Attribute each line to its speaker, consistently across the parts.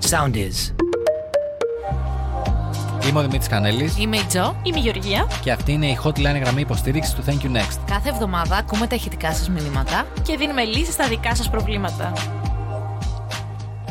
Speaker 1: sound is.
Speaker 2: Είμαι ο Δημήτρης Κανέλης
Speaker 3: Είμαι η Τζο.
Speaker 4: Είμαι η Γεωργία
Speaker 2: και αυτή είναι η hotline γραμμή υποστήριξης του Thank You Next.
Speaker 3: Κάθε εβδομάδα ακούμε τα ηχητικά σας μηνύματα.
Speaker 4: και δίνουμε λύσεις στα δικά σας προβλήματα.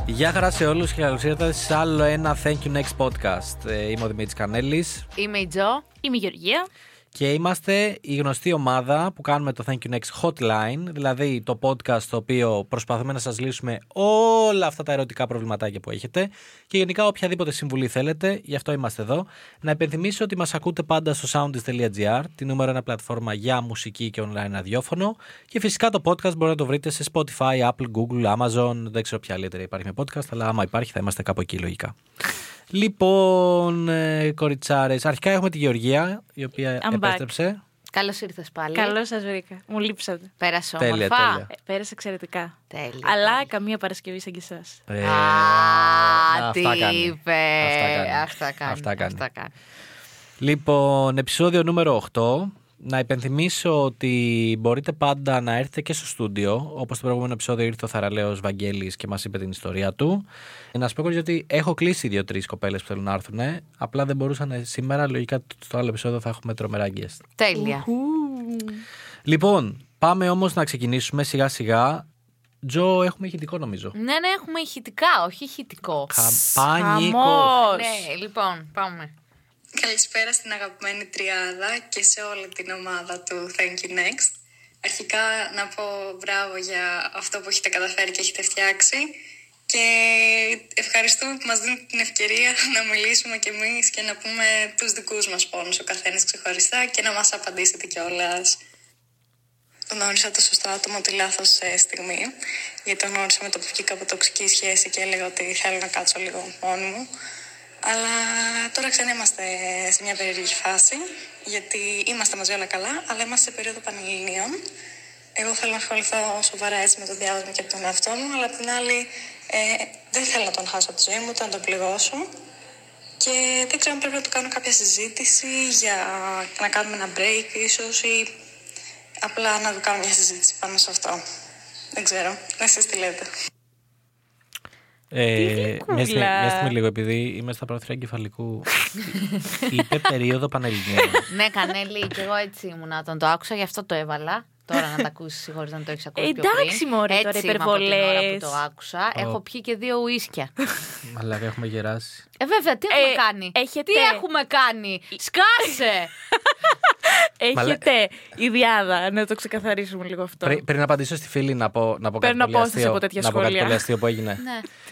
Speaker 2: Γεια χαρά σε όλους και καλώς ήρθατε σε άλλο ένα Thank You Next podcast. Ε, Είμαι ο Δημήτρης Κανέλης
Speaker 3: Είμαι η Τζο.
Speaker 4: Είμαι η Γεωργία.
Speaker 2: και είμαστε η γνωστή ομάδα που κάνουμε το Thank You Next hotline, δηλαδή το podcast το οποίο προσπαθούμε να σας λύσουμε όλα αυτά τα ερωτικά προβληματάκια που έχετε και γενικά οποιαδήποτε συμβουλή θέλετε. Γι' αυτό είμαστε εδώ. Να υπενθυμίσω ότι μας ακούτε πάντα στο soundis.gr, τη νούμερο ένα πλατφόρμα για μουσική και online ραδιόφωνο. Και φυσικά το podcast μπορείτε να το βρείτε σε Spotify, Apple, Google, Amazon. Δεν ξέρω ποια άλλη εταιρεία υπάρχει με podcast, αλλά άμα υπάρχει θα είμαστε κάπου εκεί λογικά. Λοιπόν, κοριτσάρες, αρχικά έχουμε τη Γεωργία, η οποία
Speaker 4: I'm back.
Speaker 2: επέστρεψε.
Speaker 3: Καλώς ήρθες πάλι.
Speaker 4: Καλώς σας βρήκα. Μου λείψατε.
Speaker 3: Πέρασε
Speaker 2: Τέλεια,
Speaker 3: όμορφα.
Speaker 2: τέλεια.
Speaker 4: Ε, πέρασε εξαιρετικά.
Speaker 3: Τέλεια.
Speaker 4: Αλλά καμία Παρασκευή σαν και εσάς.
Speaker 2: Ε,
Speaker 3: Α,
Speaker 2: αυτά
Speaker 3: τι
Speaker 2: κάνει.
Speaker 3: είπε.
Speaker 2: Αυτά κάνει.
Speaker 3: Αυτά κάνει.
Speaker 2: Αυτά κάνει.
Speaker 3: αυτά κάνει.
Speaker 2: Λοιπόν, επεισόδιο νούμερο 8. Να υπενθυμίσω ότι μπορείτε πάντα να έρθετε και στο στούντιο. Όπως το προηγούμενο επεισόδιο ήρθε ο Θαραλέος Βαγγέλης και μας είπε την ιστορία του. Ε, Να σας πω και ότι έχω κλείσει δύο-τρει κοπέλες που θέλουν να έρθουν. Απλά δεν μπορούσαν ε, σήμερα. Λογικά στο άλλο επεισόδιο θα έχουμε τρομερά guest.
Speaker 3: Τέλεια.
Speaker 2: Λοιπόν, πάμε όμως να ξεκινήσουμε σιγά-σιγά. Τζο, έχουμε ηχητικό νομίζω.
Speaker 3: Ναι, ναι, έχουμε ηχητικά, όχι ηχητικό.
Speaker 2: Καμπάνικο.
Speaker 4: Χαμός.
Speaker 3: Ναι, λοιπόν, πάμε.
Speaker 5: Καλησπέρα στην αγαπημένη τριάδα και σε όλη την ομάδα του Thank You Next. Αρχικά να πω μπράβο για αυτό που έχετε καταφέρει και έχετε φτιάξει και ευχαριστούμε που μας δίνετε την ευκαιρία να μιλήσουμε κι εμείς και να πούμε τους δικούς μας πόνους ο καθένας ξεχωριστά και να μας απαντήσετε κιόλας. Γνώρισα το σωστό άτομο τη λάθος στιγμή. Γιατί τον γνώρισα με το που βγήκα από τοξική σχέση και έλεγα ότι θέλω να κάτσω λίγο μόνη μου. Αλλά τώρα ξανά είμαστε σε μια περίεργη φάση. Γιατί είμαστε μαζί όλα καλά, αλλά είμαστε σε περίοδο πανελληνίων. Εγώ θέλω να ασχοληθώ σοβαρά έτσι με το διάβασμα και τον εαυτό μου, αλλά απ' την άλλη ε, δεν θέλω να τον χάσω από τη ζωή μου, ούτε να τον πληγώσω. Και δεν ξέρω αν πρέπει να του κάνω κάποια συζήτηση για να κάνουμε ένα break ίσως ή απλά να του κάνω μια συζήτηση πάνω σε αυτό. Δεν ξέρω. Εσείς τι λέτε.
Speaker 2: Ε,
Speaker 4: γλυκούλα.
Speaker 2: μια, στιγμή, μια στιγμή λίγο, επειδή είμαι στα πρόθυρα εγκεφαλικού. Είπε περίοδο Πανελληνίων.
Speaker 3: ναι, Κανέλη, και εγώ έτσι ήμουν όταν το άκουσα, γι' αυτό το έβαλα. Τώρα να τα ακούσεις χωρί να το έχεις ακούσει. πιο
Speaker 4: Εντάξει,
Speaker 3: πριν.
Speaker 4: μωρέ, τώρα,
Speaker 3: έτσι είμαι από την ώρα που
Speaker 4: υπερβολές.
Speaker 3: το άκουσα. Έχω πιει και δύο ουίσκια.
Speaker 2: Μαλάκα, έχουμε γεράσει.
Speaker 3: Ε, βέβαια, τι έχουμε
Speaker 4: Ε,
Speaker 3: κάνει.
Speaker 4: έχετε-
Speaker 3: Τι έχουμε κάνει. Σκάσε!
Speaker 4: Έχετε η διάδα να το ξεκαθαρίσουμε λίγο αυτό.
Speaker 2: Πρι, πριν απαντήσω στη φίλη, να πω, να πω κάτι
Speaker 4: Παίρνω
Speaker 2: πολύ
Speaker 4: απόσταση
Speaker 2: αστείο,
Speaker 4: από τέτοια
Speaker 2: να πω κάτι
Speaker 4: σχόλια. Ναι.
Speaker 2: πολύ αστείο που έγινε.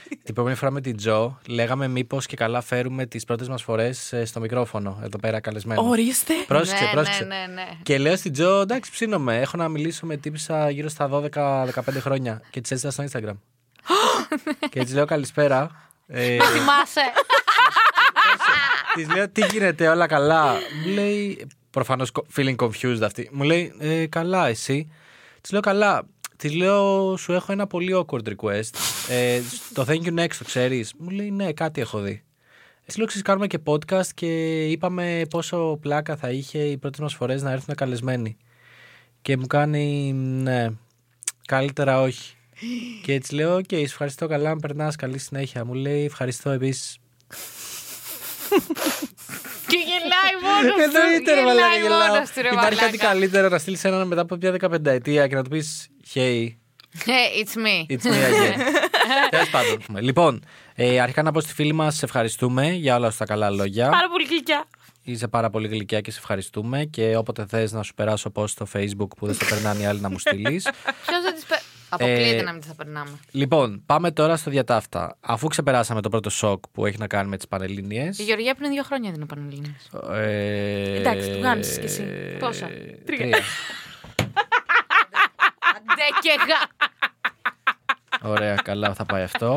Speaker 2: Την επόμενη φορά με την Τζο, λέγαμε μήπως και καλά φέρουμε τις πρώτες μας φορές ε, στο μικρόφωνο εδώ πέρα καλεσμένο.
Speaker 4: Ορίστε.
Speaker 2: Πρόσεξε,
Speaker 3: Ναι,
Speaker 2: πρόσεξε.
Speaker 3: ναι, ναι, ναι.
Speaker 2: Και λέω στην Τζο, εντάξει, ψήνομαι. Έχω να μιλήσω με τύπησα γύρω στα 12-15 χρόνια και της έστειλα στο Instagram. και της λέω καλησπέρα. Ε,
Speaker 3: Θυμάσαι.
Speaker 2: Της λέω τι γίνεται, όλα καλά. Μου λέει. Προφανώς feeling confused αυτή. Μου λέει «Ε, καλά, εσύ. Της λέω καλά. Της λέω σου έχω ένα πολύ awkward request. Ε, το thank you next, το ξέρεις. Μου λέει ναι, κάτι έχω δει. Της λέω «Ξέρεις, κάνουμε και podcast και είπαμε πόσο πλάκα θα είχε οι πρώτες μας φορές να έρθουν καλεσμένοι. Και μου κάνει ναι, καλύτερα όχι. Και έτσι λέω: Οκ, σε ευχαριστώ καλά. Αν περνάς, καλή συνέχεια. Μου λέει: Ευχαριστώ επίσης.
Speaker 3: και γελάει μόνος του.
Speaker 2: Εννοείται, ρε μαλάκα, γελάω.
Speaker 3: μόνος του, ρε
Speaker 2: Υπάρχει κάτι
Speaker 3: μαλάκα.
Speaker 2: καλύτερο να στείλεις έναν μετά από μια δεκαπενταετία και να του πεις Hey,
Speaker 3: Ε, It's me.
Speaker 2: it's me again. Τέλος πάντων. Λοιπόν, ε, αρχικά να πω στη φίλη μας: Σε ευχαριστούμε για όλα σου τα καλά λόγια.
Speaker 4: Πάρα πολύ γλυκιά.
Speaker 2: Είσαι πάρα πολύ γλυκιά και σε ευχαριστούμε. Και όποτε θες να σου περάσω post στο Facebook που δεν σε περνάνε οι άλλοι να μου στείλεις.
Speaker 3: Ποιος θα τη πει. Αποκλείεται
Speaker 2: Ε,
Speaker 3: να μην τη θα περνάμε.
Speaker 2: λοιπόν, πάμε τώρα στο διατάφτα. Αφού ξεπεράσαμε το πρώτο σοκ που έχει να κάνει με τις Πανελληνίες.
Speaker 3: Η Γεωργία πριν δύο χρόνια την επανειλημμένη.
Speaker 4: Εντάξει, του γάμισες κι εσύ.
Speaker 3: Πόσα?
Speaker 2: ε, Τρία.
Speaker 3: Ντε και γα.
Speaker 2: Ωραία, καλά, θα πάει αυτό.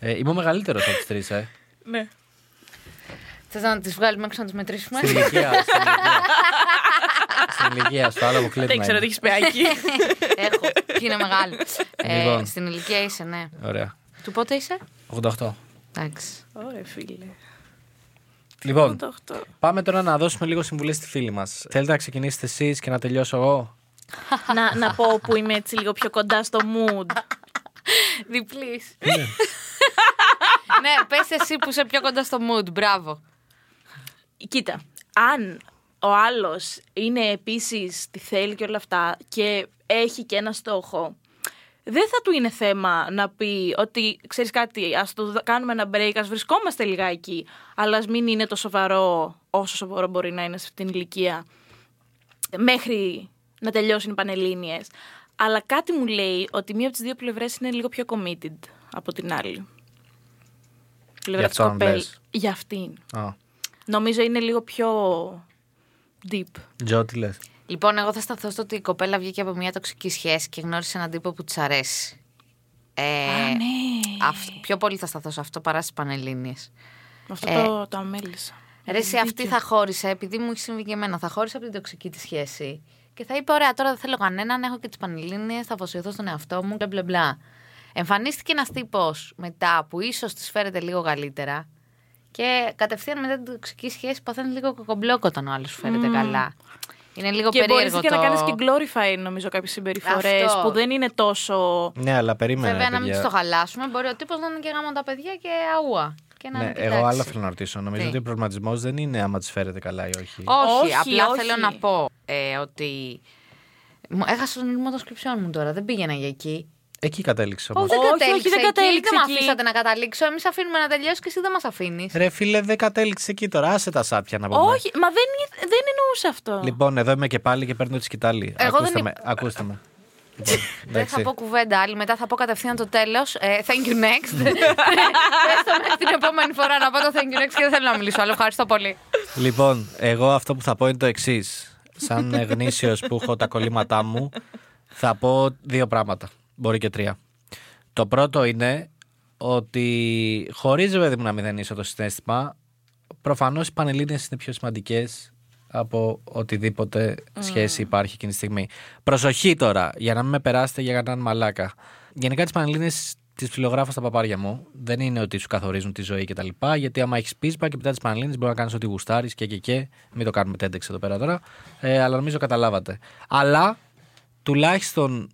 Speaker 3: Ναι.
Speaker 2: ε, είμαι ο μεγαλύτερος από τις τρεις, ε.
Speaker 4: Ναι.
Speaker 3: Θες να τις βγάλουμε έξω να τις μετρήσουμε.
Speaker 2: Στην ηλικία. στην ηλικία. Στην ηλικία, στο άλλο που κλείνει.
Speaker 4: Δεν ξέρω τι έχει πεάκι.
Speaker 3: Έχω. Ποιοι είναι μεγάλοι. Ε,
Speaker 2: Λοιπόν.
Speaker 3: στην ηλικία είσαι, ναι.
Speaker 2: Ωραία.
Speaker 3: Του πότε είσαι.
Speaker 2: 88.
Speaker 3: Εντάξει.
Speaker 4: Ωραία, φίλε.
Speaker 2: Λοιπόν,
Speaker 4: Το 8.
Speaker 2: πάμε τώρα να δώσουμε λίγο συμβουλές στη φίλη μας. Θέλετε να ξεκινήσετε εσείς και να τελειώσω εγώ.
Speaker 4: να, να πω που είμαι
Speaker 2: Ναι.
Speaker 4: έτσι λίγο πιο κοντά στο mood.
Speaker 3: Διπλής. ναι, πες εσύ που είσαι πιο κοντά στο mood. Μπράβο.
Speaker 4: Κοίτα, αν ο άλλος είναι επίσης τη θέλει και όλα αυτά και έχει και ένα στόχο, δεν θα του είναι θέμα να πει ότι ξέρεις κάτι, ας το δ- κάνουμε ένα break, ας βρισκόμαστε λιγάκι, αλλά ας μην είναι το σοβαρό όσο σοβαρό μπορεί να είναι σε αυτήν την ηλικία μέχρι να τελειώσουν οι Πανελλήνιες. Αλλά κάτι μου λέει ότι μία από τις δύο πλευρές είναι λίγο πιο committed από την άλλη. Πλευρά
Speaker 2: Για
Speaker 4: της
Speaker 2: αυτόν
Speaker 4: κοπέλ-
Speaker 2: λες.
Speaker 4: Για αυτήν.
Speaker 2: Α,
Speaker 4: Νομίζω είναι λίγο πιο deep.
Speaker 2: Τζο, τι λες.
Speaker 3: Λοιπόν, εγώ θα σταθώ στο ότι η κοπέλα βγήκε από μια τοξική σχέση και γνώρισε έναν τύπο που της αρέσει. Ε,
Speaker 4: Α, ναι.
Speaker 3: αυ- πιο πολύ θα σταθώ σε αυτό παρά στις Πανελλήνιες.
Speaker 4: Αυτό
Speaker 3: ε,
Speaker 4: το, το αμέλησα.
Speaker 3: Ρε, εσύ αυτή θα χώρισε, επειδή μου έχει συμβεί και εμένα, θα χώρισε από την τοξική της σχέση. Και θα είπε: Ωραία, τώρα δεν θέλω κανέναν, έχω και τις πανελίνε, θα αφοσιωθώ στον εαυτό μου, μπλε μπλε μπλα. Εμφανίστηκε ένας τύπος μετά που ίσως της φέρεται λίγο καλύτερα. Και κατευθείαν μετά την τοξική σχέση παθαίνεις λίγο κοκομπλόκο όταν ο άλλος σου φέρεται καλά. Είναι λίγο
Speaker 4: Και μπορείς
Speaker 3: περίεργο
Speaker 4: και
Speaker 3: το...
Speaker 4: να κάνεις και glorify νομίζω κάποιες συμπεριφορές
Speaker 3: Αυτό.
Speaker 4: που δεν είναι τόσο.
Speaker 2: Ναι, αλλά περίμενα.
Speaker 3: Βέβαια, να μην
Speaker 2: παιδιά.
Speaker 3: τους το χαλάσουμε. Μπορεί ο τύπος να είναι και γάμο τα παιδιά και αούα. Και να
Speaker 2: Ναι,
Speaker 3: είναι
Speaker 2: εγώ
Speaker 3: εντάξει.
Speaker 2: άλλο θέλω να ρωτήσω. Νομίζω
Speaker 3: Τι?
Speaker 2: ότι ο προβληματισμός δεν είναι άμα τη φέρετε καλά ή όχι.
Speaker 3: Όχι,
Speaker 4: Όχι,
Speaker 3: απλά
Speaker 4: όχι.
Speaker 3: θέλω να πω ε, ότι. Μου- Έχασα τον ήρμο των σκριψιών μου τώρα. Δεν πήγαινα για εκεί.
Speaker 2: Εκεί κατέληξε όμως.
Speaker 4: δεν Όχι, όχι, δεν
Speaker 3: εκεί,
Speaker 4: κατέληξε
Speaker 3: Δεν με
Speaker 4: εκεί.
Speaker 3: αφήσατε να καταλήξω. Εμείς αφήνουμε να τελειώσει και εσύ δεν μας αφήνεις.
Speaker 2: Ρε φίλε, δεν κατέληξε εκεί τώρα. Άσε τα σάπια να πούμε.
Speaker 4: Όχι, μα δεν, είναι- δεν εννοούσε αυτό.
Speaker 2: Λοιπόν, εδώ είμαι και πάλι και παίρνω τη σκητάλη.
Speaker 3: Εγώ
Speaker 2: ακούστε,
Speaker 3: δεν
Speaker 2: με,
Speaker 3: υπ-
Speaker 2: ακούστε με. Λοιπόν,
Speaker 3: Δεν θα
Speaker 2: εντάξει.
Speaker 3: πω κουβέντα άλλη. Μετά θα πω κατευθείαν το τέλος. thank you next. Πες το μέχρι την επόμενη φορά να πω το thank you next και δεν θέλω να μιλήσω άλλο. Ευχαριστώ πολύ.
Speaker 2: Λοιπόν, εγώ αυτό που θα πω είναι το εξής. Σαν γνήσιος που έχω τα κολλήματά μου, θα πω δύο πράγματα. Μπορεί και τρία. Το πρώτο είναι ότι χωρί βέβαια μου να μηδενίσω το συνέστημα, προφανώς οι πανελίνε είναι πιο σημαντικές από οτιδήποτε σχέση υπάρχει εκείνη τη στιγμή. Προσοχή τώρα, για να μην με περάσετε για κανέναν μαλάκα. Γενικά τις πανελίνε τις φιλογράφω στα παπάρια μου. Δεν είναι ότι σου καθορίζουν τη ζωή κτλ. Γιατί άμα έχεις πίσπα και μετά τις πανελίνε μπορεί να κάνεις ό,τι γουστάρεις και και και. Μην το κάνουμε τέντεξ εδώ πέρα τώρα. Ε, αλλά νομίζω καταλάβατε. Αλλά τουλάχιστον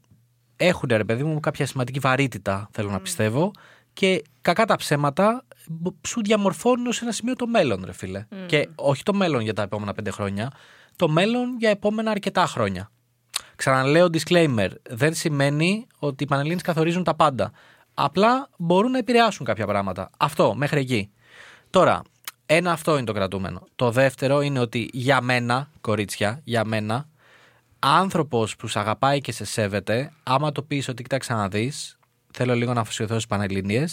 Speaker 2: έχουν ρε παιδί μου κάποια σημαντική βαρύτητα, θέλω να πιστεύω. Και κακά τα ψέματα μπο- σου διαμορφώνουν σε ένα σημείο το μέλλον, ρε φίλε. Και όχι το μέλλον για τα επόμενα πέντε χρόνια, το μέλλον για επόμενα αρκετά χρόνια. Ξαναλέω disclaimer, δεν σημαίνει ότι οι Πανελλήνες καθορίζουν τα πάντα. Απλά μπορούν να επηρεάσουν κάποια πράγματα. Αυτό, μέχρι εκεί. Τώρα, ένα αυτό είναι το κρατούμενο. Το δεύτερο είναι ότι για μένα, κορίτσια, για μένα, άνθρωπος που σε αγαπάει και σε σέβεται, άμα το πεις ότι κοιτάξτε να δεις, θέλω λίγο να αφοσιωθώ στις Πανελληνίες,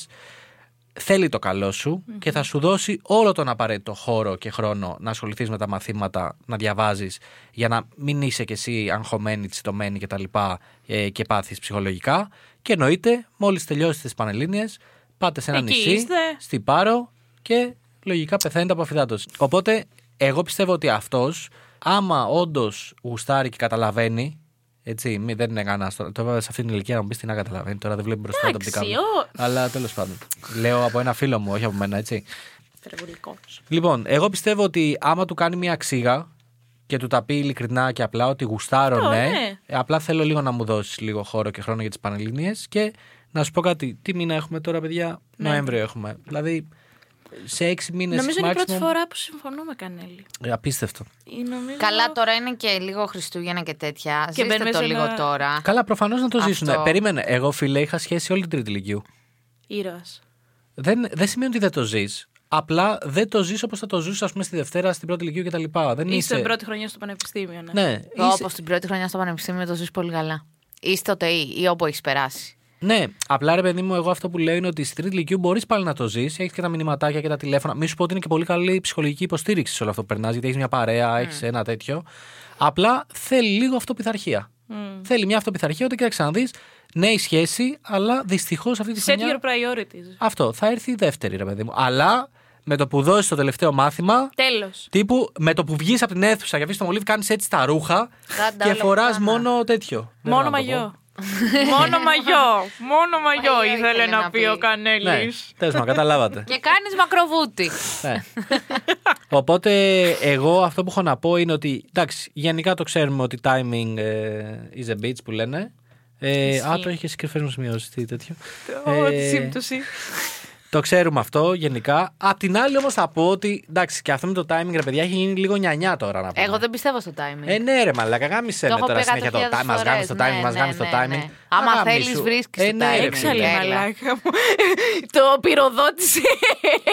Speaker 2: θέλει το καλό σου και θα σου δώσει όλο τον απαραίτητο χώρο και χρόνο να ασχοληθείς με τα μαθήματα, να διαβάζεις, για να μην είσαι κι εσύ αγχωμένη, τσιτωμένη κτλ. Και, ε, και πάθεις ψυχολογικά. Και εννοείται, μόλις τελειώσεις τις Πανελλήνιε, πάτε σε ένα
Speaker 4: Εκεί
Speaker 2: νησί,
Speaker 4: είστε.
Speaker 2: στην Πάρο και λογικά πεθαίνετε από αφιδάτωση. Οπότε, εγώ πιστεύω ότι αυτός, άμα όντως γουστάρει και καταλαβαίνει. Έτσι, μη, δεν είναι κανένας τώρα. Το βέβαια σε αυτήν την ηλικία να μου πεις τι να καταλαβαίνει. Τώρα δεν βλέπει μπροστά του από την
Speaker 4: Εντάξει,
Speaker 2: κάμερα. Αλλά τέλος πάντων. Λέω από ένα φίλο μου, όχι από μένα, έτσι.
Speaker 4: Τρεβολικός.
Speaker 2: Λοιπόν, εγώ πιστεύω ότι άμα του κάνει μια ξύγα και του τα πει ειλικρινά και απλά ότι γουστάρω,
Speaker 4: Αυτό,
Speaker 2: ναι,
Speaker 4: ναι.
Speaker 2: ε, απλά θέλω λίγο να μου δώσεις λίγο χώρο και χρόνο για τις Πανελληνίες και να σου πω κάτι. Τι μήνα έχουμε τώρα, παιδιά, Νοέμβριο έχουμε. Δηλαδή, σε έξι μήνες
Speaker 4: Ναι. Νομίζω είναι η πρώτη φορά που συμφωνώ με Κανέλη.
Speaker 2: Απίστευτο.
Speaker 4: Ε, νομίζω-
Speaker 3: Καλά, τώρα είναι και λίγο Χριστούγεννα και τέτοια. Ζήστε
Speaker 4: μπαίνουμε
Speaker 3: το
Speaker 4: σε
Speaker 3: λίγο
Speaker 4: ένα-
Speaker 3: τώρα.
Speaker 2: Καλά, προφανώς να το ζήσουν.
Speaker 3: Αυτό.
Speaker 2: Περίμενε. Εγώ, φίλε, είχα σχέση όλη την τρίτη ηλικίου.
Speaker 4: Ήρωας.
Speaker 2: Δεν, δεν σημαίνει ότι δεν το ζεις. Απλά δεν το ζεις όπως θα το ζούσε, ας πούμε, στη Δευτέρα, στην πρώτη ηλικίου κτλ. Δεν
Speaker 4: Είσαι
Speaker 2: είσαι.
Speaker 4: την πρώτη χρονιά στο πανεπιστήμιο, ναι.
Speaker 2: Ναι, είσαι-
Speaker 3: Όπω την πρώτη χρονιά στο πανεπιστήμιο το ζεις πολύ καλά. Ή στο ΤΕΙ ή όπου έχεις περάσει.
Speaker 2: Ναι, απλά ρε παιδί μου, εγώ αυτό που λέω είναι ότι στη τρίτη ηλικίου μπορείς πάλι να το ζεις. Έχεις και τα μηνυματάκια και τα τηλέφωνα. Μη σου πω ότι είναι και πολύ καλή ψυχολογική υποστήριξη σε όλο αυτό που περνάς, γιατί έχεις μια
Speaker 4: Ναι.
Speaker 2: παρέα, έχεις έχει ένα τέτοιο. Απλά θέλει λίγο αυτοπιθαρχία. Θέλει μια αυτοπιθαρχία ότι κοίταξε να δει. Ναι, η σχέση, αλλά δυστυχώς αυτή τη
Speaker 4: Set
Speaker 2: στιγμή.
Speaker 4: your priorities.
Speaker 2: Αυτό θα έρθει η δεύτερη, ρε παιδί μου. Αλλά με το που δώσεις το τελευταίο μάθημα.
Speaker 4: Τέλος.
Speaker 2: Τύπου με το που βγεις από την αίθουσα και αφήσεις το μολύβι, κάνεις έτσι τα ρούχα
Speaker 3: Κάντα
Speaker 2: και
Speaker 3: όλα
Speaker 2: φορά
Speaker 3: πιθανά.
Speaker 2: μόνο τέτοιο. Δεν
Speaker 4: ναι. Μόνο
Speaker 2: μπορώ να το πω.
Speaker 4: μαγιό. μόνο μαγιό. Μόνο μαγιό
Speaker 3: Μαγιό
Speaker 4: ήθελε να πει ο
Speaker 2: Ναι,
Speaker 4: Κανέλης.
Speaker 2: τέλο πάντων, καταλάβατε.
Speaker 3: Και κάνεις μακροβούτι.
Speaker 2: Ναι. Οπότε εγώ αυτό που έχω να πω είναι ότι εντάξει, γενικά το ξέρουμε ότι timing ε, is a bitch που λένε. Ε, α, το είχε κρυφέ μου σημειώσεις τι τέτοιο.
Speaker 4: Ω,
Speaker 2: Ε,
Speaker 4: τη σύμπτωση.
Speaker 2: Το ξέρουμε αυτό γενικά. Απ' την άλλη όμως θα πω ότι εντάξει, και αυτό με το timing, ρε παιδιά, έχει γίνει λίγο νιανιά τώρα να πούμε.
Speaker 3: Εγώ δεν πιστεύω στο timing.
Speaker 2: Ε, ναι, ρε μαλάκα, γάμισε
Speaker 3: Το
Speaker 2: με
Speaker 3: έχω
Speaker 2: τώρα
Speaker 3: πει
Speaker 2: συνέχεια το
Speaker 3: 100.000
Speaker 2: timing. Μα
Speaker 3: φορές.
Speaker 2: γάμισε το timing,
Speaker 3: Ναι,
Speaker 2: μας
Speaker 3: ναι,
Speaker 2: γάμισε το
Speaker 3: ναι, ναι.
Speaker 2: timing.
Speaker 3: Άμα
Speaker 2: Να
Speaker 3: θέλεις,
Speaker 2: γαμίσου.
Speaker 3: βρίσκεις
Speaker 2: Ε,
Speaker 3: το
Speaker 2: ναι, ρε,
Speaker 3: timing.
Speaker 2: φίλε.
Speaker 4: Έξαλλη
Speaker 3: Έλα.
Speaker 4: μαλάκα μου. Το πυροδότησε.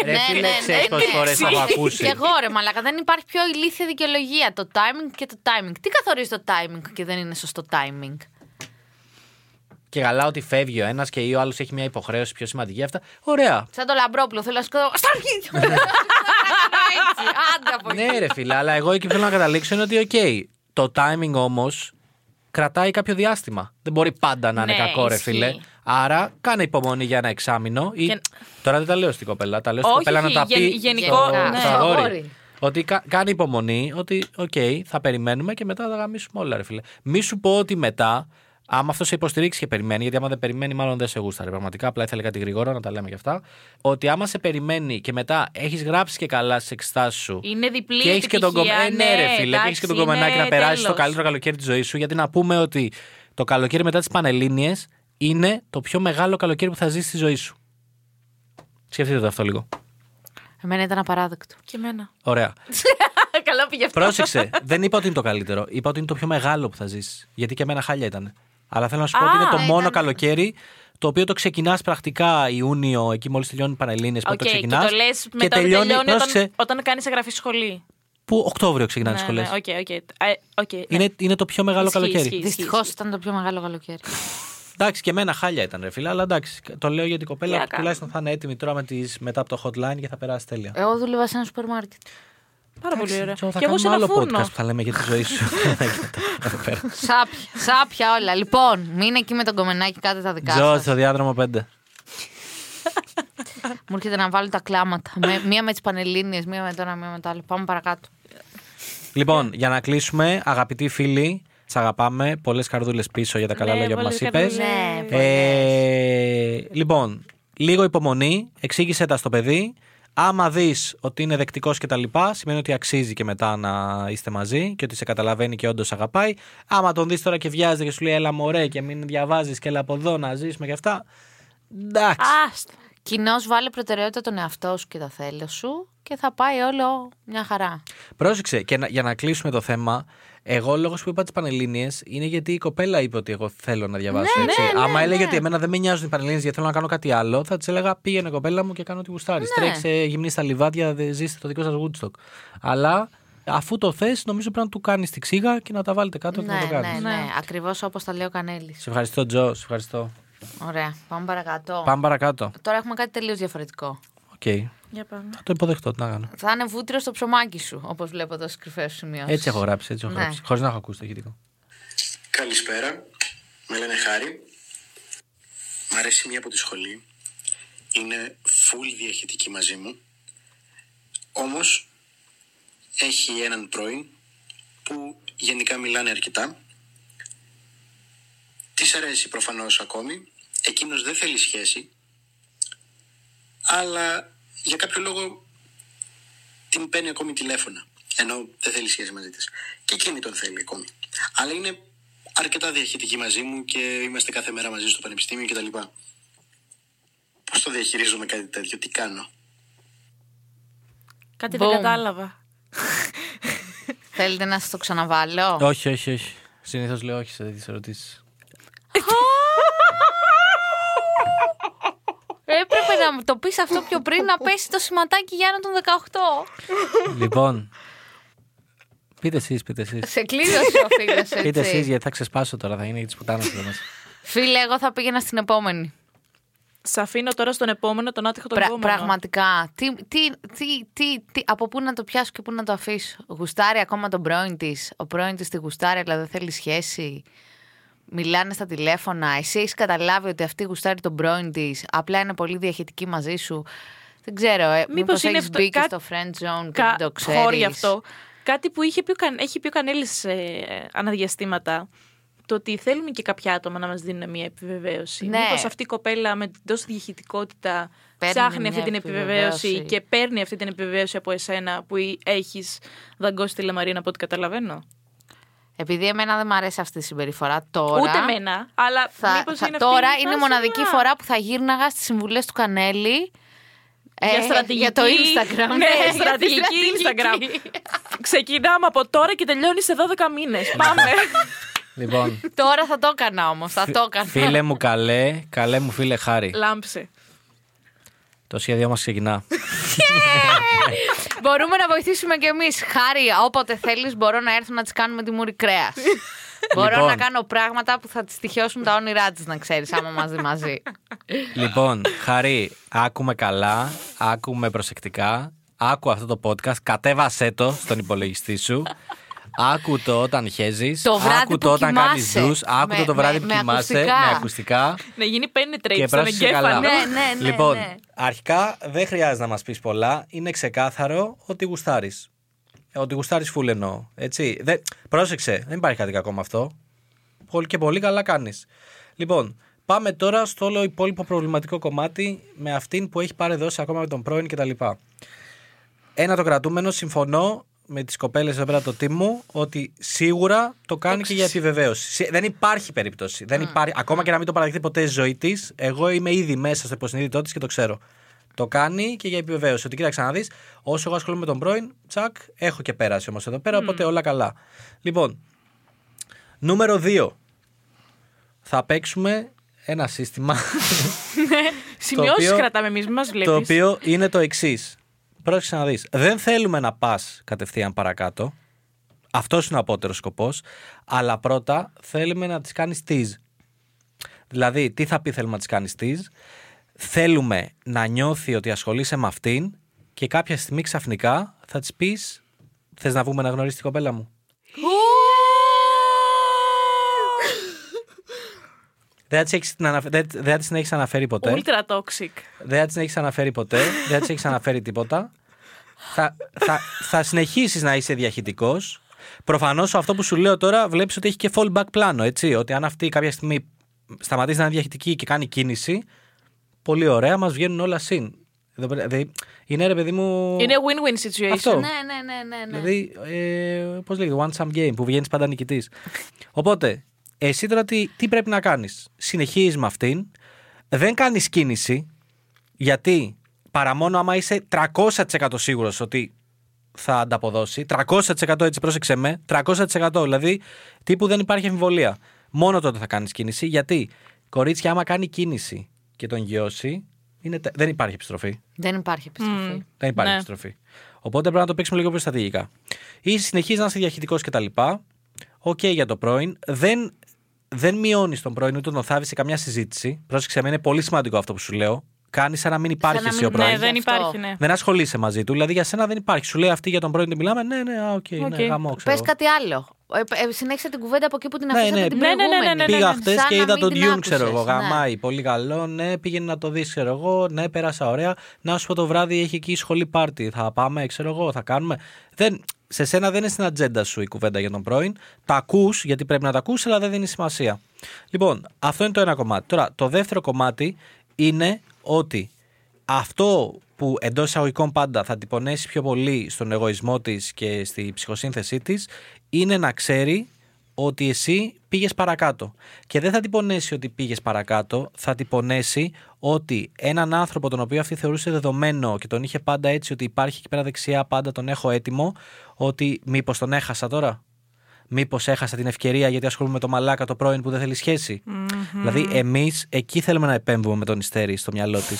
Speaker 3: ναι,
Speaker 2: Ρε φίλε, ξέρεις πόσες φορές θα έχω ακούσει.
Speaker 3: Και εγώ ρε μαλάκα, δεν υπάρχει πιο ηλίθια δικαιολογία. Το timing και το timing. Τι καθορίζει το timing και δεν είναι σωστό timing.
Speaker 2: Και καλά ότι φεύγει ο ένας και ο άλλος έχει μια υποχρέωση πιο σημαντική αυτά. Ωραία.
Speaker 3: Σαν το λαμπρόπουλο, θέλω να σου πω. Στα αρχίδια! Έτσι, άντε από εκεί.
Speaker 2: ναι, ρε φίλε, αλλά εγώ εκεί που θέλω να καταλήξω είναι ότι, οκ, το timing όμως κρατάει κάποιο διάστημα. Δεν μπορεί πάντα να είναι
Speaker 4: Ναι,
Speaker 2: κακό, ρε
Speaker 4: ισχύει.
Speaker 2: φίλε. Άρα κάνε υπομονή για ένα εξάμεινο. Ή...
Speaker 4: Και-
Speaker 2: Τώρα δεν τα λέω στην κοπέλα, τα λέω στην
Speaker 4: Όχι,
Speaker 2: κοπέλα να
Speaker 4: όχι,
Speaker 2: τα πει.
Speaker 4: γεν-
Speaker 2: στο-
Speaker 4: γενικό,
Speaker 2: στο
Speaker 3: ναι.
Speaker 2: αγόρι.
Speaker 3: Αγόρι.
Speaker 2: Ότι κα, κάνει υπομονή, ότι οκ, θα περιμένουμε και μετά θα γαμίσουμε όλα, ρε φίλε. Μη σου πω ότι μετά, άμα αυτός σε υποστηρίξει και περιμένει, γιατί άμα δεν περιμένει, μάλλον δεν σε γούσταρε. Πραγματικά, απλά ήθελε κάτι γρήγορα να τα λέμε και αυτά. Ότι άμα σε περιμένει και μετά έχεις γράψει και καλά στι εξετάσει σου.
Speaker 4: Είναι διπλή
Speaker 2: Και έχεις και τον κομ...
Speaker 4: επιτυχία,
Speaker 2: ε, ναι, ρε φίλε, και
Speaker 4: εντάξει,
Speaker 2: έχεις και τον
Speaker 4: είναι
Speaker 2: κομμενάκι να περάσεις το
Speaker 4: τέλος.
Speaker 2: καλύτερο καλοκαίρι της ζωής σου. Γιατί να πούμε ότι το καλοκαίρι μετά τις Πανελλήνιες είναι το πιο μεγάλο καλοκαίρι που θα ζήσει στη ζωή σου. Σκεφτείτε το αυτό λίγο.
Speaker 3: Εμένα ήταν απαράδεκτο.
Speaker 4: Και εμένα.
Speaker 2: Ωραία.
Speaker 4: Καλά πήγε αυτό.
Speaker 2: Πρόσεξε. δεν είπα ότι είναι το καλύτερο. Είπα ότι είναι το πιο μεγάλο που θα ζήσει. Γιατί και εμένα χάλια ήταν. Αλλά θέλω να σου πω ότι είναι το
Speaker 4: ναι,
Speaker 2: μόνο καλοκαίρι το οποίο το ξεκινάς πρακτικά Ιούνιο, εκεί μόλις τελειώνει οι Πανελλήνιε που
Speaker 4: Οκ,
Speaker 2: το
Speaker 4: και
Speaker 2: ξεκινάς.
Speaker 4: το λες μετά που τελειώνει όταν, όταν κάνεις εγγραφή σχολή.
Speaker 2: που Οκτώβριο ξεκινάνε οι
Speaker 4: Ναι,
Speaker 2: σχολές.
Speaker 4: ναι, οκ, οκ. Ε, οκ, ναι.
Speaker 2: Είναι, είναι το πιο μεγάλο
Speaker 4: Ισχύει,
Speaker 2: καλοκαίρι.
Speaker 4: ισχύει.
Speaker 3: Δυστυχώ ήταν το πιο μεγάλο καλοκαίρι.
Speaker 2: Εντάξει, και εμένα χάλια ήταν, ρε φίλε, αλλά εντάξει. Το λέω για την
Speaker 4: Τι
Speaker 2: κοπέλα
Speaker 4: να
Speaker 2: που τουλάχιστον θα είναι έτοιμη τώρα με τις, μετά από το hotline και θα περάσει τέλεια.
Speaker 3: Εγώ δούλευα σε ένα σούπερ μάρκετ.
Speaker 4: Πάρα πολύ ωραία.
Speaker 2: Τσο, θα
Speaker 4: Και εγώ σε
Speaker 2: κάνουμε
Speaker 4: ένα
Speaker 2: άλλο
Speaker 4: φούρνο.
Speaker 2: podcast που θα λέμε για τη ζωή σου.
Speaker 3: Σάπια, σάπια όλα. Λοιπόν, μείνε εκεί με τον κομμενάκι, κάντε τα δικά
Speaker 2: Τζο,
Speaker 3: σας.
Speaker 2: στο διάδρομο 5.
Speaker 3: Μου έρχεται να βάλω τα κλάματα. Με- μία με τις πανελίνε, μία με το ένα, μία με το άλλο. Πάμε παρακάτω.
Speaker 2: λοιπόν, για να κλείσουμε, αγαπητοί φίλοι, σ' αγαπάμε. Πολλές καρδούλες πίσω για τα καλά
Speaker 4: Ναι,
Speaker 2: λόγια που μας
Speaker 4: πολλές
Speaker 2: είπες.
Speaker 4: καρδούλες.
Speaker 3: Ναι,
Speaker 2: Ε, λοιπόν, λίγο υπομονή, εξήγησε τα στο παιδί. Άμα δεις ότι είναι δεκτικός και τα λοιπά, σημαίνει ότι αξίζει και μετά να είστε μαζί και ότι σε καταλαβαίνει και όντως αγαπάει. Άμα τον δεις τώρα και βιάζεται και σου λέει Έλα μωρέ και μην διαβάζεις και έλα από εδώ να ζήσουμε και αυτά. Εντάξει.
Speaker 4: Άστα.
Speaker 3: Κοινώ βάλει προτεραιότητα τον εαυτό σου και τα θέλω σου και θα πάει όλο μια χαρά.
Speaker 2: Πρόσεξε, και να- για να κλείσουμε το θέμα, εγώ λόγος που είπα τις Πανελλήνιες είναι γιατί η κοπέλα είπε ότι εγώ θέλω να διαβάσω.
Speaker 3: Ναι,
Speaker 2: έτσι. Άμα έλεγε ότι εμένα δεν με νοιάζουν οι Πανελλήνιες γιατί θέλω να κάνω κάτι άλλο, θα της έλεγα πήγαινε κοπέλα μου και κάνω ό,τι
Speaker 3: Ναι.
Speaker 2: γουστάρει. Τρέξε γυμνή στα λιβάδια, δε- ζήστε το δικό σας Woodstock. Αλλά αφού το θες, νομίζω πρέπει να του κάνεις τη ξύγα και να τα βάλετε κάτω και
Speaker 3: ναι,
Speaker 2: να το
Speaker 3: ναι,
Speaker 2: κάνεις.
Speaker 3: ναι, Ακριβώς όπως τα λέει ο Κανέλης.
Speaker 2: Σε ευχαριστώ, Τζο. Σε ευχαριστώ.
Speaker 3: Ωραία. Πάμε παρακάτω.
Speaker 2: Πάμε παρακάτω.
Speaker 3: Τώρα έχουμε κάτι τελείως διαφορετικό.
Speaker 2: Οκ. Θα το υποδεχτώ, τι να κάνω.
Speaker 3: Θα είναι βούτυρο στο ψωμάκι σου, όπως βλέπω εδώ στι κρυφέ σου σημειώσεις.
Speaker 2: Έτσι έχω γράψει, έτσι έχω
Speaker 3: Ναι.
Speaker 2: γράψει. Χωρίς να έχω ακούσει το ηχητικό.
Speaker 1: Καλησπέρα, με λένε Χάρη. Μ' αρέσει μία από τη σχολή. Είναι full διαχειτική μαζί μου. Όμως, έχει έναν πρώην που γενικά μιλάνε αρκετά. Της αρέσει προφανώς ακόμη. Εκείνος δεν θέλει σχέση. Αλλά για κάποιο λόγο την παίρνει ακόμη τηλέφωνα. Ενώ δεν θέλει σχέση μαζί της. Και εκείνη τον θέλει ακόμη. Αλλά είναι αρκετά διαχειτική μαζί μου και είμαστε κάθε μέρα μαζί στο πανεπιστήμιο κτλ. Πώς το διαχειρίζομαι κάτι τέτοιο, τι κάνω.
Speaker 4: Κάτι
Speaker 3: Boom.
Speaker 4: δεν κατάλαβα.
Speaker 3: Θέλετε να σας το ξαναβάλω.
Speaker 2: Όχι, όχι, όχι. Συνήθως λέω όχι σε τέτοιες ερωτήσεις.
Speaker 3: Έπρεπε να μου το πεις αυτό πιο πριν να πέσει το σηματάκι Γιάννα των 18.
Speaker 2: Λοιπόν. Πείτε εσείς, πείτε εσείς.
Speaker 3: Σε κλείδωσε ο φίλος έτσι.
Speaker 2: Πείτε εσείς, γιατί θα ξεσπάσω τώρα, θα είναι για τις πουτάνες εδώ μέσα.
Speaker 3: Φίλε, εγώ θα πήγαινα στην επόμενη.
Speaker 4: Σ' αφήνω τώρα στον επόμενο, τον άτυχο τον
Speaker 3: Πρα-
Speaker 4: επόμενο.
Speaker 3: πραγματικά. Τι, τι, τι, τι, τι- από πού να το πιάσω και πού να το αφήσω. Γουστάρει ακόμα τον πρώην της. Ο πρώην της τη γουστάρει, αλλά δεν θέλει σχέση. Μιλάνε στα τηλέφωνα. Εσύ έχεις καταλάβει ότι αυτή γουστάρει τον πρώην της. Απλά είναι πολύ διαχειτική μαζί σου. Δεν ξέρω. Ε, Μήπως
Speaker 4: Μήπως είναι
Speaker 3: έχεις
Speaker 4: αυτό-
Speaker 3: μπει και
Speaker 4: κά-
Speaker 3: στο friend zone και
Speaker 4: Κα...
Speaker 3: δεν το ξέρεις.
Speaker 4: Χώρι αυτό. Κάτι που είχε πει, ο Καν- έχει πει ο Κανέλης ε, αναδιαστήματα. Το ότι θέλουμε και κάποια άτομα να μας δίνουν μια επιβεβαίωση.
Speaker 3: Ναι.
Speaker 4: Μήπως αυτή η κοπέλα με την τόση διηγητικότητα
Speaker 3: Παίρνει
Speaker 4: ψάχνει
Speaker 3: μια
Speaker 4: αυτή την επιβεβαίωση.
Speaker 3: επιβεβαίωση.
Speaker 4: και παίρνει αυτή την επιβεβαίωση από εσένα που έχεις δαγκώσει τη Λαμαρίνα από ό,τι καταλαβαίνω.
Speaker 3: Επειδή εμένα δεν μου αρέσει αυτή η συμπεριφορά τώρα.
Speaker 4: Ούτε εμένα, αλλά
Speaker 3: θα,
Speaker 4: μήπως
Speaker 3: θα-
Speaker 4: είναι αυτή
Speaker 3: τώρα
Speaker 4: η
Speaker 3: είναι η
Speaker 4: φάση,
Speaker 3: μοναδική
Speaker 4: α.
Speaker 3: φορά που θα γύρναγα στις συμβουλές του Κανέλη Ε,
Speaker 4: για, στρατηγική,
Speaker 3: για το Instagram.
Speaker 4: Ναι,
Speaker 3: Ναι, για τη
Speaker 4: στρατηγική
Speaker 3: στρατηγική.
Speaker 4: Instagram. Ξεκινάμε από τώρα και τελειώνει σε 12 μήνε. Πάμε.
Speaker 2: Λοιπόν,
Speaker 3: Τώρα θα το έκανα όμως. Θα το έκανα.
Speaker 2: φίλε μου καλέ, καλέ μου φίλε χάρη.
Speaker 4: Λάμψε.
Speaker 2: Το σχέδιό μας ξεκινά.
Speaker 3: Μπορούμε να βοηθήσουμε κι εμείς. Χάρη, όποτε θέλεις, μπορώ να έρθω να της κάνουμε τη μούρη κρέας. μπορώ
Speaker 2: Λοιπόν.
Speaker 3: να κάνω πράγματα που θα της τυχιώσουν τα όνειρά της, να ξέρεις, άμα μαζί μαζί.
Speaker 2: λοιπόν, Χαρή, άκουμε καλά, άκουμε προσεκτικά, άκου αυτό το podcast, κατέβασέ το στον υπολογιστή σου. Άκου το όταν χέζεις,
Speaker 3: Το βράδυ
Speaker 2: άκου
Speaker 3: που
Speaker 2: το όταν κάνεις
Speaker 3: κοιμάσαι.
Speaker 2: ζους, άκου το
Speaker 3: Με-
Speaker 2: το βράδυ
Speaker 3: με-
Speaker 2: που
Speaker 3: με
Speaker 2: κοιμάσαι
Speaker 3: ακουστικά.
Speaker 2: με ακουστικά.
Speaker 4: Να Ναι, γίνει penetrate
Speaker 2: Και
Speaker 4: στον
Speaker 2: πρόσεξε καλά.
Speaker 4: εγκέφαλο.
Speaker 3: Ναι, ναι, ναι,
Speaker 2: λοιπόν,
Speaker 3: ναι.
Speaker 2: αρχικά δεν χρειάζεται να μας πεις πολλά. Είναι ξεκάθαρο ότι γουστάρεις. Ότι γουστάρεις φουλ εννοώ. Έτσι. Δεν... Πρόσεξε, δεν υπάρχει κάτι κακό με αυτό. Πολύ και πολύ καλά κάνεις. Λοιπόν, πάμε τώρα στο όλο υπόλοιπο προβληματικό κομμάτι με αυτήν που έχει παρεδώσει ακόμα με τον πρώην κτλ. Ένα το κρατούμενο, συμφωνώ με τις κοπέλες εδώ πέρα το team μου ότι σίγουρα το κάνει και για επιβεβαίωση. Σι- Δεν υπάρχει περίπτωση. Δεν υπάρχει, ακόμα και να μην το παραδεχτεί ποτέ η ζωή της, εγώ είμαι ήδη μέσα στο υποσυνείδητό της και το ξέρω. Το κάνει και για επιβεβαίωση. Ότι κοίταξε να δεις, όσο εγώ ασχολούμαι με τον πρώην, τσακ, έχω και πέρασει όμως εδώ πέρα, οπότε όλα καλά. Λοιπόν, νούμερο 2. Θα παίξουμε ένα σύστημα
Speaker 4: Σημειώσεις
Speaker 2: οποίο-
Speaker 4: κρατάμε εμείς, μας βλέπει.
Speaker 2: το οποίο είναι το εξής. Πρόσεξε να δεις. Δεν θέλουμε να πας κατευθείαν παρακάτω. Αυτός είναι ο απότερος σκοπός. Αλλά πρώτα θέλουμε να τις κάνεις τις. Δηλαδή, τι θα πει θέλουμε να τις κάνεις τις. Θέλουμε να νιώθει ότι ασχολείσαι με αυτήν και κάποια στιγμή ξαφνικά θα της πεις: Θες να βγούμε να γνωρίσει την κοπέλα μου. Δεν θα τη έχει αναφέρει ποτέ.
Speaker 4: Ultra toxic.
Speaker 2: Δεν θα την έχεις αναφέρει ποτέ. Δεν θα την έχεις αναφέρει τίποτα. θα, θα, θα συνεχίσεις να είσαι διαχειτικός. Προφανώς αυτό που σου λέω τώρα βλέπεις ότι έχει και fallback πλάνο. Έτσι, ότι αν αυτή κάποια στιγμή σταματήσει να είναι διαχειτική και κάνει κίνηση. Πολύ ωραία, μας βγαίνουν όλα συν. Εδώ πέρα, δηλαδή, είναι ρε παιδί μου.
Speaker 4: Είναι win-win situation.
Speaker 2: Αυτό.
Speaker 3: ναι, ναι, ναι, ναι. ναι.
Speaker 2: Δηλαδή, ε, πώς λέγεται, one sum game που βγαίνεις πάντα νικητής. Οπότε, εσύ τώρα τι, τι πρέπει να κάνεις. Συνεχίζεις με αυτήν. Δεν κάνεις κίνηση. Γιατί παρά μόνο άμα είσαι 300% σίγουρος ότι θα ανταποδώσει. 300% έτσι, πρόσεξε με. 300% δηλαδή τύπου δεν υπάρχει αμφιβολία. Μόνο τότε θα κάνεις κίνηση. Γιατί κορίτσια, άμα κάνει κίνηση και τον γιώσει, είναι, τε- δεν υπάρχει επιστροφή.
Speaker 3: Δεν υπάρχει επιστροφή.
Speaker 2: Δεν υπάρχει
Speaker 4: Ναι.
Speaker 2: επιστροφή. Οπότε πρέπει να το παίξουμε λίγο πιο στρατηγικά. Ή συνεχίζεις να είσαι διαχειτικό κτλ. Οκ για το πρώην. Δεν, δεν μειώνεις τον πρώην ούτε τον θάβεις σε καμιά συζήτηση. Πρόσεξε με, είναι πολύ σημαντικό αυτό που σου λέω. Κάνει σαν να μην υπάρχει
Speaker 3: να
Speaker 2: εσύ
Speaker 3: μην-
Speaker 2: ο πρώην.
Speaker 4: Ναι, δεν
Speaker 3: Γι' αυτό.
Speaker 4: υπάρχει, ναι.
Speaker 2: Δεν ασχολείσαι μαζί του. Δηλαδή για σένα δεν υπάρχει. Σου λέει αυτή για τον πρώην δεν μιλάμε. Ναι, ναι, α, οκ, ναι,
Speaker 4: Οκ.
Speaker 2: γαμό, ξέρω.
Speaker 3: Πες κάτι άλλο. Ε, ε, συνέχισε την κουβέντα από εκεί που την
Speaker 2: Ναι,
Speaker 3: αφήσατε
Speaker 2: ναι.
Speaker 3: την
Speaker 2: Ναι,
Speaker 4: ναι, ναι,
Speaker 3: προηγούμενη.
Speaker 4: ναι, ναι, ναι.
Speaker 2: Πήγα
Speaker 4: Σαν
Speaker 2: χτε
Speaker 3: να
Speaker 2: και είδα
Speaker 3: μην
Speaker 2: τον
Speaker 3: την
Speaker 2: Dune,
Speaker 3: άκουσες,
Speaker 2: ξέρω εγώ.
Speaker 3: ναι.
Speaker 2: Γαμάει, πολύ καλό. Ναι, πήγαινε να το δεις, ξέρω εγώ. Ναι, πέρασα ωραία. Να σου πω το βράδυ έχει εκεί σχολή πάρτι. Θα πάμε, ξέρω εγώ, θα κάνουμε. Δεν, σε σένα δεν είναι στην ατζέντα σου η κουβέντα για τον πρώην. Τα ακούς γιατί πρέπει να τα ακούς, αλλά δεν δίνει σημασία. Λοιπόν, αυτό είναι το ένα κομμάτι. Τώρα, το δεύτερο κομμάτι είναι ότι αυτό που εντός εισαγωγικών πάντα θα την πονέσει πιο πολύ στον εγωισμό της και στη ψυχοσύνθεσή της είναι να ξέρει ότι εσύ πήγες παρακάτω. Και δεν θα την πονέσει ότι πήγες παρακάτω, θα την πονέσει ότι έναν άνθρωπο τον οποίο αυτή θεωρούσε δεδομένο και τον είχε πάντα έτσι ότι υπάρχει εκεί πέρα δεξιά, πάντα τον έχω έτοιμο, ότι μήπως τον έχασα τώρα. Μήπως έχασα την ευκαιρία γιατί ασχολούμαι με το μαλάκα το πρώην που δεν θέλει σχέση. Δηλαδή, εμείς εκεί θέλουμε να επέμβουμε με τον Ιστέρη στο μυαλό της.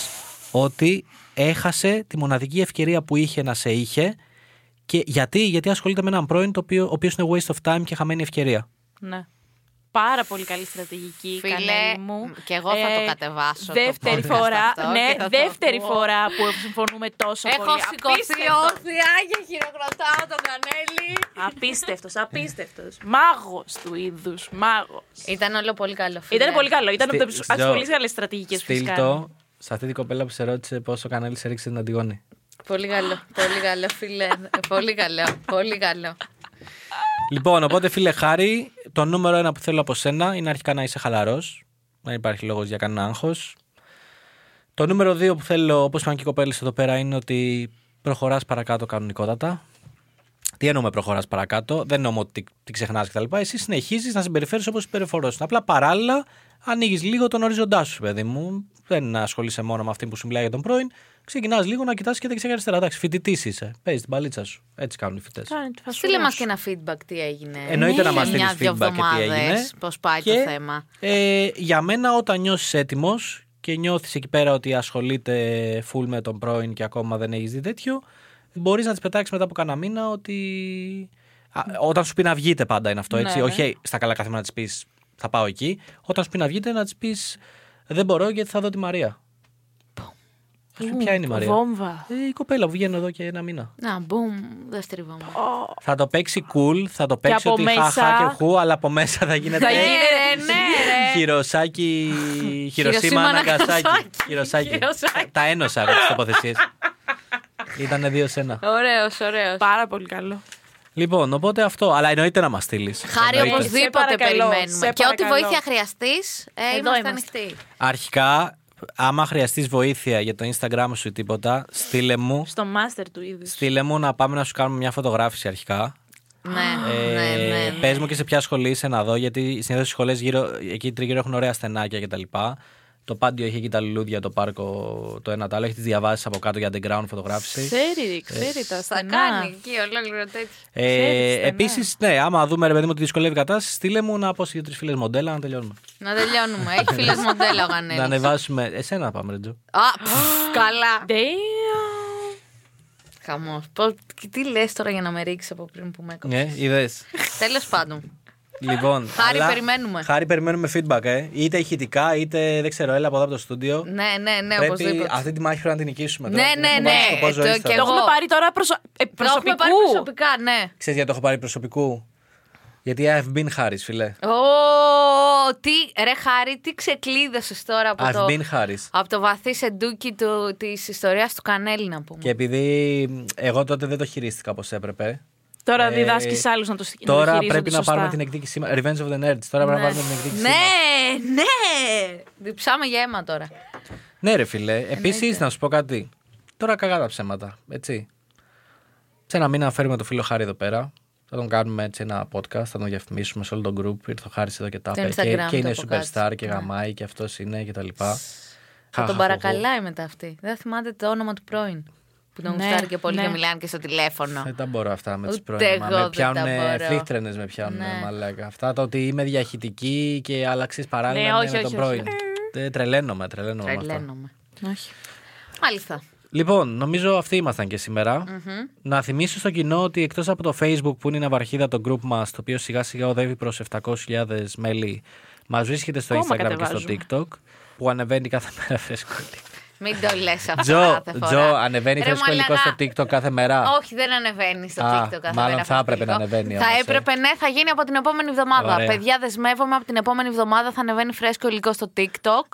Speaker 2: Ότι έχασε τη μοναδική ευκαιρία που είχε να σε είχε. Και γιατί, γιατί ασχολείται με έναν πρώην το οποίο, ο οποίος είναι waste of time και χαμένη ευκαιρία.
Speaker 4: Ναι. Πάρα πολύ καλή στρατηγική,
Speaker 3: Φίλε,
Speaker 4: Κανέλη μου. Ε,
Speaker 3: μ, κι εγώ θα το κατεβάσω το
Speaker 4: Δεύτερη
Speaker 3: podcast
Speaker 4: φορά,
Speaker 3: αυτό
Speaker 4: ναι,
Speaker 3: και θα το
Speaker 4: δεύτερη
Speaker 3: ακούω.
Speaker 4: φορά που συμφωνούμε τόσο
Speaker 3: Έχω
Speaker 4: πολύ.
Speaker 3: σηκωθεί
Speaker 4: Απίστευτος.
Speaker 3: όρθια και χειροκροτάω τον Κανέλη.
Speaker 4: Απίστευτος, απίστευτος. Μάγος του είδους, μάγος.
Speaker 3: Ήταν όλο πολύ καλό. φίλε.
Speaker 4: Ήταν Ε, πολύ καλό. Ήταν από
Speaker 2: Στη-
Speaker 4: τις από τις
Speaker 2: Ζω.
Speaker 4: πολύ καλές στρατηγικές που έχεις
Speaker 2: Στείλ
Speaker 4: κάνει.
Speaker 2: το σε αυτή την κοπέλα που σε ρώτησε πόσο κανάλι σε ρίξει την Αντιγόνη.
Speaker 3: Πολύ καλό, πολύ καλό, φίλε. πολύ καλό, πολύ καλό.
Speaker 2: Λοιπόν, οπότε φίλε Χάρη, το νούμερο ένα που θέλω από σένα είναι αρχικά να είσαι χαλαρός. Δεν υπάρχει λόγος για κανένα άγχος. Το νούμερο δύο που θέλω, όπως είπαν και οι κοπέλες εδώ πέρα, είναι ότι προχωράς παρακάτω κανονικότατα. Τι εννοούμε προχωράς παρακάτω, δεν εννοούμε ότι την ξεχνάς κτλ. Εσύ συνεχίζεις να συμπεριφέρεις όπως συμπεριφορώς. Απλά παράλληλα ανοίγεις λίγο τον οριζοντά σου, παιδί μου. Δεν ασχολείσαι μόνο με αυτή που σου μιλάει για τον πρώην. Ξεκινάς λίγο να κοιτάς και δεξιά και αριστερά. Εντάξει, φοιτητής είσαι. Παίζει την παλίτσα σου. Έτσι κάνουν οι φοιτέ.
Speaker 4: Κάνε τη φασούλα
Speaker 3: Στείλε μας
Speaker 4: σου.
Speaker 3: και ένα feedback τι έγινε.
Speaker 2: Εννοείται να μας στείλεις
Speaker 3: Μια-δυο
Speaker 2: feedback και τι έγινε.
Speaker 3: εβδομάδες, πώς πάει
Speaker 2: Και,
Speaker 3: το θέμα.
Speaker 2: Ε, για μένα, όταν νιώσεις έτοιμος και νιώθεις εκεί πέρα ότι ασχολείται full με τον πρώην και ακόμα δεν έχεις δει τέτοιο, μπορείς να τις πετάξεις μετά από κανένα μήνα ότι. Α, όταν σου πει να βγείτε πάντα είναι αυτό, έτσι.
Speaker 4: Ναι, ναι.
Speaker 2: Όχι στα καλά καθημερινά να τη πεις θα πάω εκεί. Όταν σου πει να βγείτε, να της πεις δεν μπορώ γιατί θα δω τη Μαρία. Θα σου πει, Ποια είναι η Μαρία.
Speaker 4: Βόμβα.
Speaker 2: Ε, η κούπελα που βγαίνω εδώ και ένα μήνα.
Speaker 3: Να, μπούμ, δεύτερη βόμβα.
Speaker 2: Θα το παίξει cool, θα το παίξει
Speaker 4: από
Speaker 2: ότι χαχά
Speaker 4: μέσα-
Speaker 2: και χου, αλλά από μέσα θα γίνεται.
Speaker 4: Θα γίνει-
Speaker 3: Ε, ναι, ρε.
Speaker 2: Χειροσάκι. Χειροσύμα
Speaker 3: Χειροσύμα,
Speaker 2: Αναγκασάκι.
Speaker 3: Ναγκασάκι.
Speaker 2: Χειροσάκι.
Speaker 3: Χειροσάκι.
Speaker 2: Τα ένωσα εγώ τις τοποθεσίες. Ήτανε δύο σε ένα.
Speaker 3: Ωραίος, ωραίος.
Speaker 4: Πάρα πολύ καλό.
Speaker 2: Λοιπόν, οπότε αυτό. Αλλά εννοείται να μας στείλεις.
Speaker 3: Χάρη
Speaker 4: Σε
Speaker 3: οπωσδήποτε
Speaker 4: παρακαλώ,
Speaker 3: περιμένουμε.
Speaker 4: σε
Speaker 3: Και ό,τι
Speaker 4: παρακαλώ.
Speaker 3: βοήθεια χρειαστείς, ε,
Speaker 4: Εδώ
Speaker 3: είμαστε
Speaker 4: είμαστε.
Speaker 3: ανοιχτοί.
Speaker 2: Αρχικά, άμα χρειαστείς βοήθεια για το Instagram σου ή τίποτα, στείλε μου.
Speaker 4: Στο μάστερ του είδους.
Speaker 2: Στείλε μου να πάμε να σου κάνουμε μια φωτογράφηση αρχικά.
Speaker 3: Ναι,
Speaker 2: Ε,
Speaker 3: ναι, ναι. ναι.
Speaker 2: Πες μου και σε ποια σχολή είσαι να δω, γιατί συνήθως οι σχολές εκεί τριγύρω έχουν ωραία στενάκια κτλ. Το πάντιο έχει εκεί τα λουλούδια, το πάρκο το ένα το άλλο. Έχεις τις διαβάσεις από κάτω για underground φωτογράφηση.
Speaker 4: Ξέρει, ξέρει τα
Speaker 3: Ε. Θα
Speaker 4: στενά.
Speaker 3: κάνει εκεί ολόκληρο τέτοιο.
Speaker 2: Ε, Επίσης, ναι, άμα δούμε ρε παιδί μου ότι δυσκολεύει η κατάσταση, στείλε μου να πω σε δύο-τρει φίλες μοντέλα να τελειώνουμε.
Speaker 3: Να τελειώνουμε. Έχει φίλες μοντέλα ο Γανέλης.
Speaker 2: Να ανεβάσουμε. Εσένα πάμε, Ρετζο.
Speaker 3: Α, πφ, καλά.
Speaker 4: Damn.
Speaker 3: Χαμός. Τι λες τώρα για να με ρίξεις από πριν που με έκοψες.
Speaker 2: Ναι, είδες.
Speaker 3: Τέλος πάντων.
Speaker 2: Λοιπόν,
Speaker 3: Χάρη περιμένουμε.
Speaker 2: Χάρη περιμένουμε feedback, ε. είτε ηχητικά, είτε δεν ξέρω, έλα από εδώ από το στούντιο.
Speaker 3: Ναι, ναι, ναι,
Speaker 2: Πρέπει
Speaker 3: οπωσδήποτε.
Speaker 2: αυτή τη μάχη πρέπει να την νικήσουμε.
Speaker 3: Ναι,
Speaker 2: τώρα. Την
Speaker 3: ναι,
Speaker 2: έχουμε
Speaker 3: ναι.
Speaker 2: βάλει στο πόζο
Speaker 3: Το-
Speaker 2: ήρθα.
Speaker 3: και
Speaker 4: Το
Speaker 3: εγώ-
Speaker 4: έχουμε πάρει τώρα προσω... ε,
Speaker 3: Το έχουμε πάρει
Speaker 4: προσωπικού.
Speaker 3: προσωπικά, ναι.
Speaker 2: Ξέρεις γιατί το έχω πάρει προσωπικού. Γιατί I've been Harris, φίλε.
Speaker 3: Ω, τι, ρε Χάρη, τι ξεκλείδωσες τώρα από
Speaker 2: I've
Speaker 3: το,
Speaker 2: been Harris.
Speaker 3: από το βαθύ σεντούκι του, της ιστορίας του Κανέλη, να πούμε.
Speaker 2: Και επειδή εγώ τότε δεν το χειρίστηκα όπως έπρεπε.
Speaker 4: Τώρα
Speaker 2: ε,
Speaker 4: διδάσκεις άλλους να το στείλει.
Speaker 2: Τώρα πρέπει να πάρουμε την εκδίκησή μας. Revenge of the Nerds. Τώρα πρέπει να πάρουμε την εκδίκησή μας.
Speaker 3: Ναι, ναι! Διψάμε για αίμα τώρα.
Speaker 2: Ναι, ρε φίλε. Επίσης, να σου πω κάτι. Τώρα κακά τα ψέματα. Έτσι. Σε ένα μήνα φέρουμε το φίλο Χάρη εδώ πέρα. Θα τον κάνουμε έτσι ένα podcast, θα τον διαφημίσουμε σε όλο τον group. Ήρθε ο Χάρης εδώ και τα
Speaker 3: Το
Speaker 2: είπε. Και,
Speaker 3: Instagram
Speaker 2: και
Speaker 3: το
Speaker 2: είναι
Speaker 3: από
Speaker 2: superstar
Speaker 3: κάτω.
Speaker 2: και γαμάει και αυτός είναι και τα λοιπά.
Speaker 3: Θα τον
Speaker 2: Χαχαχουχου.
Speaker 3: παρακαλάει μετά αυτή. Δεν θυμάται το όνομα του πρώην. Που τον
Speaker 4: Ναι,
Speaker 3: γουστάρει και πολύ
Speaker 4: ναι.
Speaker 3: και μιλάνε και στο τηλέφωνο.
Speaker 2: Δεν τα μπορώ αυτά με τις
Speaker 3: Ούτε
Speaker 2: πρώην. μα.
Speaker 3: εγώ
Speaker 2: Με
Speaker 3: δεν
Speaker 2: πιάνουν
Speaker 3: τα μπορώ.
Speaker 2: φλίχτρενες, με πιάνουν
Speaker 3: Ναι.
Speaker 2: μαλάκα. Αυτά το ότι είμαι διαχειτική και αλλαξή παράλληλα
Speaker 4: Ναι,
Speaker 2: είναι
Speaker 4: όχι,
Speaker 2: με τον
Speaker 4: όχι,
Speaker 2: πρώην.
Speaker 4: όχι.
Speaker 2: Ε, Τρελαίνομαι, τρελαίνομαι. με αυτά.
Speaker 3: Τρελαίνομαι.
Speaker 4: Όχι.
Speaker 3: Μάλιστα.
Speaker 2: Λοιπόν, νομίζω αυτοί ήμασταν και σημερα Να θυμίσω στο κοινό ότι εκτός από το Facebook που είναι η ναυαρχίδα το group μας, το οποίο σιγά σιγά οδεύει προς 700.000 μέλη, μας βρίσκεται στο
Speaker 4: Ακόμα
Speaker 2: Instagram και στο
Speaker 4: κατεβάζουμε.
Speaker 2: TikTok που ανεβαίνει κάθε μέρα φρέσκο. υλικό.
Speaker 3: Μην το λες αυτό
Speaker 2: Τζο,
Speaker 3: κάθε φορά.
Speaker 2: Τζο, ανεβαίνει
Speaker 3: Ρε
Speaker 2: φρέσκο υλικό στο
Speaker 3: μαλάκα.
Speaker 2: TikTok κάθε μέρα.
Speaker 3: Όχι, δεν ανεβαίνει στο
Speaker 2: Α,
Speaker 3: TikTok κάθε
Speaker 2: μάλλον
Speaker 3: μέρα
Speaker 2: θα έπρεπε να
Speaker 3: φρέσκο υλικό.
Speaker 2: ανεβαίνει όμως,
Speaker 3: Θα
Speaker 2: ε.
Speaker 3: έπρεπε, ναι, θα γίνει από την επόμενη εβδομάδα.
Speaker 2: Ωραία.
Speaker 3: Παιδιά, δεσμεύομαι από την επόμενη εβδομάδα θα ανεβαίνει φρέσκο υλικό στο TikTok.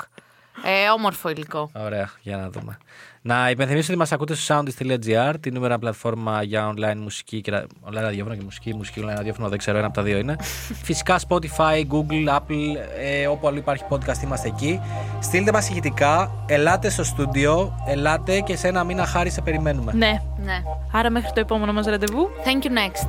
Speaker 3: Ε, όμορφο υλικό.
Speaker 2: Ωραία, για να δούμε. Να υπενθυμίσω ότι μας ακούτε στο soundist.gr, την νούμερα πλατφόρμα για online μουσική και ρα- online ραδιόφωνο και μουσική, μουσική online ραδιόφωνο, δεν ξέρω, ένα από τα δύο είναι. Φυσικά Spotify, Google, Apple, ε, όπου αλλού υπάρχει podcast είμαστε εκεί. Στείλτε μας ηχητικά, ελάτε στο στούντιο, ελάτε και σε ένα μήνα χάρη σε περιμένουμε.
Speaker 4: Ναι.
Speaker 3: Ναι.
Speaker 4: Άρα μέχρι το επόμενο μας ραντεβού.
Speaker 3: Thank you next.